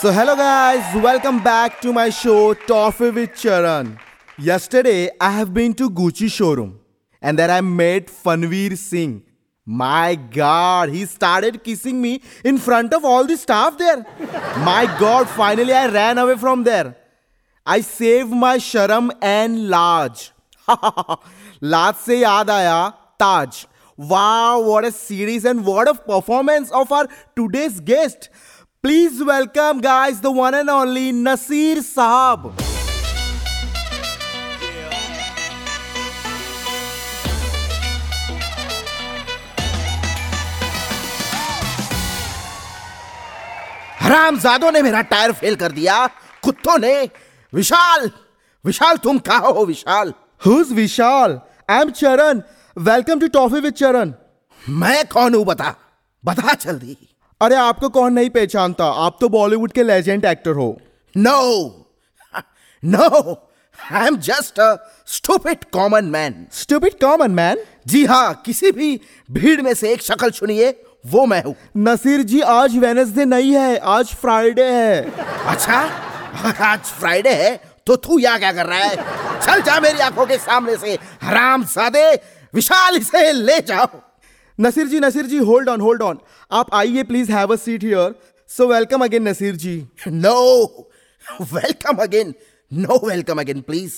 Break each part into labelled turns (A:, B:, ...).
A: So hello guys, welcome back to my show Toffee with Charan. Yesterday I have been to Gucci showroom and there I met Fanveer Singh. My god, he started kissing me in front of all the staff there. My god, finally I ran away from there. I saved my sharam and large. लाज से याद आया ताज वाह what a series and what a performance of our today's guest please welcome guys the one and only Naseer साहब हरामजादों ने मेरा tyre fail कर दिया कुत्तों ने विशाल विशाल तुम कहा हो Vishal who's Vishal I am Charan welcome to toffee with Charan मैं कौन हूं बता बता जल्दी अरे आपको कौन नहीं पहचानता आप तो बॉलीवुड के लेजेंड एक्टर हो no no I am just a stupid common man stupid common man जी हाँ किसी भी भीड़ में से एक शक्ल चुनिए वो मैं हूँ नसीर जी आज वेनसडे नहीं है आज फ्राइडे है अच्छा आज फ्राइडे है तो तू यहाँ क्या कर रहा है चल जा मेरी आंखों के सामने से हराम सादे विशाल इसे ले जाओ Naseer ji Naseer ji hold on hold on आप आइए please have a seat here so welcome again Naseer ji no welcome again no welcome again please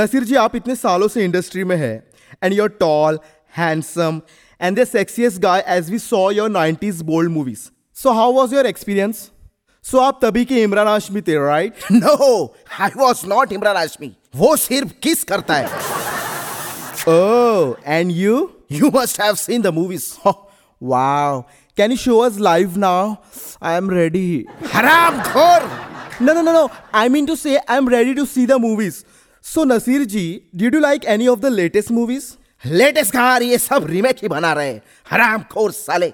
A: Naseer ji आप इतने सालों से इंडस्ट्री में है and your tall handsome and the sexiest guy as we saw your 90s bold movies so how was your experience so आप तभी के इमरान हाशमी थे right
B: no I was not Imran Hashmi वो सिर्फ किस करता है
A: oh and you
B: you must have seen the movies
A: Wow. Can you show us live now? I am ready.
B: हराम खोर
A: No, no, no, no. I mean to say, I'm ready to see the movies. So, Nasir ji, did you like any of the latest movies?
B: Latest कहा ये सब remake ही बना रहे हैं हराम खोर साले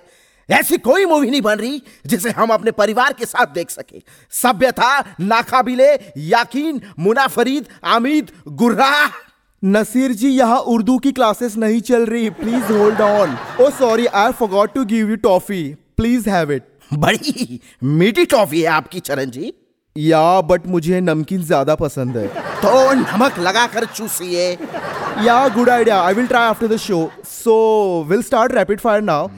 B: ऐसी कोई मूवी नहीं बन रही जिसे हम अपने परिवार के साथ देख सके सभ्यता नाकाबिले याकीन मुनाफरीद आमिद गुर्राह
A: Nasir ji, यहाँ उर्दू की क्लासेस नहीं चल रही please hold on oh sorry I Oh, forgot to give you toffee please have it
B: बड़ी मीठी टॉफी है आपकी चरण जी
A: या बट मुझे नमकीन ज्यादा पसंद है
B: तो नमक लगाकर चूसिए
A: yeah good idea I will try after the show so will start rapid fire now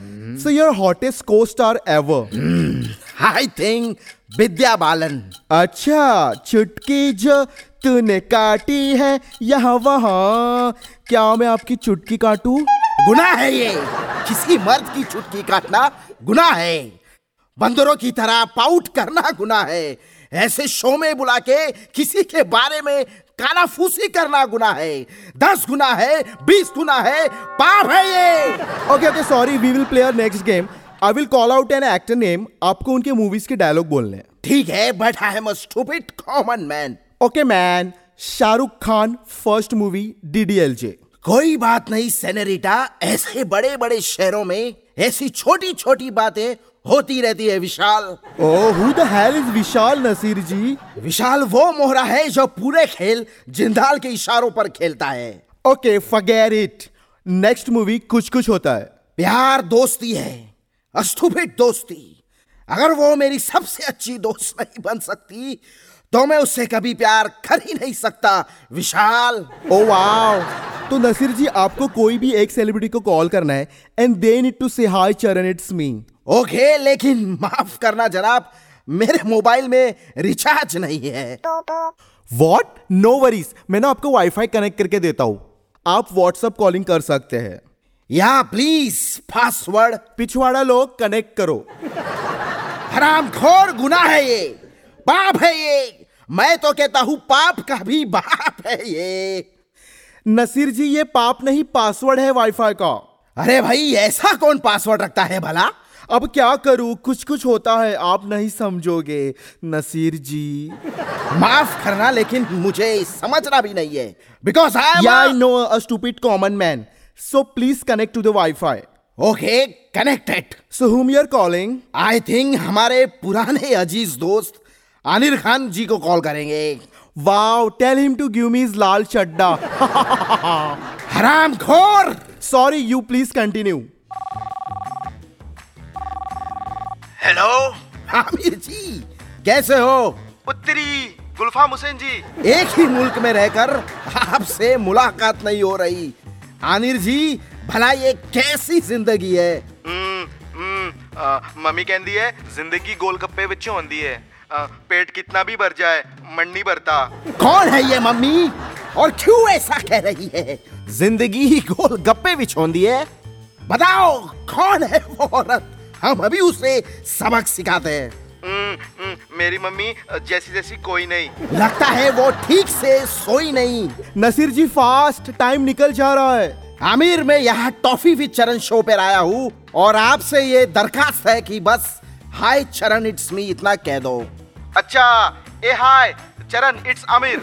A: so your hottest को star ever
B: I think Vidya Balan
A: अच्छा चुटकी जो तूने काटी है यहाँ वहाँ क्या मैं आपकी चुटकी काटू
B: गुनाह है ये किसी मर्द की चुटकी काटना गुनाह है बंदरों की तरह पाउट करना गुनाह है ऐसे शो में बुला के किसी के बारे में कानाफूसी करना गुनाह है दस गुना है बीस गुना है पाप है ये
A: okay okay sorry we will play next game I will call out an actor name आपको उनके मूवीज के डायलॉग बोलने हैं
B: ठीक है but I am a stupid common man
A: okay man Shahrukh Khan first movie D D L J
B: कोई बात नहीं सेनरिटा ऐसे बड़े बड़े शहरों में ऐसी छोटी छोटी बातें होती रहती है Vishal
A: oh who the hell is Vishal Naseer ji
B: Vishal वो मोहरा है जो पूरे खेल जिंदाल के इशारों पर खेलता है
A: okay forget it next movie Kuch Kuch होता है
B: प्यार दोस्ती है अस्टूपिड दोस्ती अगर वो मेरी सबसे अच्छी दोस्त नहीं बन सकती तो मैं उससे कभी प्यार कर ही नहीं सकता विशाल
A: ओ वाओ Oh, तो नसीर जी आपको कोई भी एक सेलिब्रिटी को कॉल करना है and they need to say hi Charan it's me
B: okay लेकिन माफ करना जनाब मेरे मोबाइल में रिचार्ज नहीं है
A: वॉट नो वरीज मैं ना आपको वाईफाई कनेक्ट करके देता हूँ आप व्हाट्सएप कॉलिंग कर सकते हैं
B: या प्लीज पासवर्ड
A: पिछवाड़ा लोग कनेक्ट करो
B: हराम घोर गुना है ये पाप है ये मैं तो कहता हूँ पाप का भी बाप है ये
A: नसीर जी ये पाप नहीं पासवर्ड है वाईफाई का
B: अरे भाई ऐसा कौन पासवर्ड रखता है भला
A: अब क्या करूं कुछ कुछ होता है आप नहीं समझोगे नसीर जी
B: माफ करना लेकिन मुझे समझना भी नहीं है बिकॉज आई
A: या I know a stupid common man so please connect to the wifi
B: okay connected
A: so whom you are calling
B: I think हमारे पुराने अजीज दोस्त आनिर खान जी को कॉल करेंगे
A: wow tell him to give me is Lal Chaddha
B: हराम घोर
A: sorry you please continue
C: hello
B: Aamir हाँ, जी कैसे हो
C: उत्तरी गुलफाम हुसैन जी
B: एक ही मुल्क में रहकर आपसे मुलाकात नहीं हो रही आनिर जी भला ये कैसी जिंदगी है
C: ਹਮ, ਹਮ, ਅਹ, ਮੰਮੀ ਕਹਿੰਦੀ ਹੈ ਜ਼ਿੰਦਗੀ ਗੋਲ ਗੱਪੇ ਵਿੱਚ ਹੁੰਦੀ ਹੈ ਅਹ, ਪੇਟ ਕਿਤਨਾ ਵੀ ਭਰ ਜਾਏ ਮਨ ਨਹੀਂ ਭਰਤਾ
B: कौन है ये मम्मी और क्यों ऐसा कह रही है जिंदगी गोल गप्पे बिछोंदी है बताओ कौन है वो औरत हम अभी उसे सबक सिखाते हैं
C: ਹਮ, ਹਮ, ਮੇਰੀ ਮੰਮੀ ਅ, ਜੈਸੀ ਜੈਸੀ ਕੋਈ ਨਹੀਂ
B: लगता है वो ठीक से सोई नहीं
A: नसीर जी फास्ट टाइम निकल जा रहा है
B: आमिर मैं यहाँ टॉफी भी चरण शो पर आया हूँ और आपसे ये दरखास्त है कि बस हाय चरण इट्स मी इतना कह दो
C: ਅੱਛਾ ਇਹ ਹਾਏ ਚਰਨ ਇਟਸ ਅਮੀਰ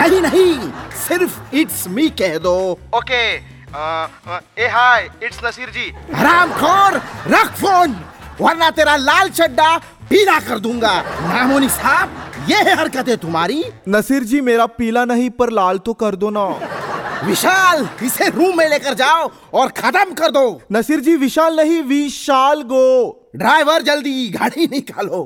B: नहीं नहीं सिर्फ इट्स मी कह दो
C: ਓਕੇ ਇਹ ਹਾਏ ਇਟਸ ਨਸੀਰ ਜੀ
B: हराम खोर रख फोन वरना तेरा लाल चड्डा पीला कर दूंगा नामोनी साहब ये है हरकतें तुम्हारी
A: नसीर जी मेरा पीला नहीं पर लाल तो कर दो ना
B: विशाल इसे रूम में लेकर जाओ और खत्म कर दो
A: नसीर जी विशाल नहीं विशाल गो
B: ड्राइवर जल्दी गाड़ी निकालो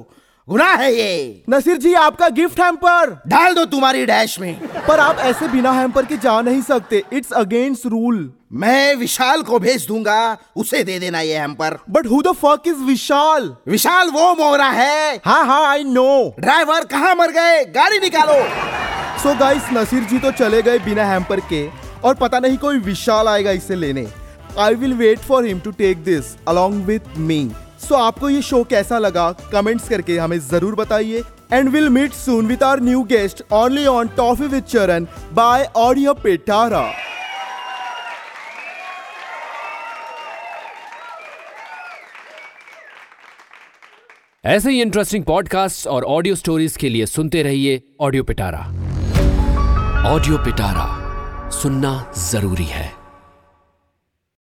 B: गुनाह है ये
A: नसीर जी आपका गिफ्ट हैम्पर
B: डाल दो तुम्हारी डैश में
A: पर आप ऐसे बिना हैम्पर के जा नहीं सकते इट्स अगेंस्ट रूल
B: मैं विशाल को भेज दूंगा उसे दे देना ये हम पर
A: but who the fuck is Vishal
B: Vishal वो मोरा है
A: हाँ हाँ आई नो
B: ड्राइवर कहाँ मर गए गाड़ी निकालो
A: सो गाइस नसीर जी तो चले गए बिना हैम्पर के और पता नहीं कोई विशाल आएगा इसे लेने I will wait for him to take this along with me so आपको ये शो कैसा लगा कमेंट्स करके हमें जरूर बताइए and will meet soon with our new guest only on toffee with Charan bye audio Pitara
D: ऐसे ही इंटरेस्टिंग पॉडकास्ट और ऑडियो स्टोरीज के लिए सुनते रहिए ऑडियो पिटारा ऑडियो पिटारा सुनना जरूरी है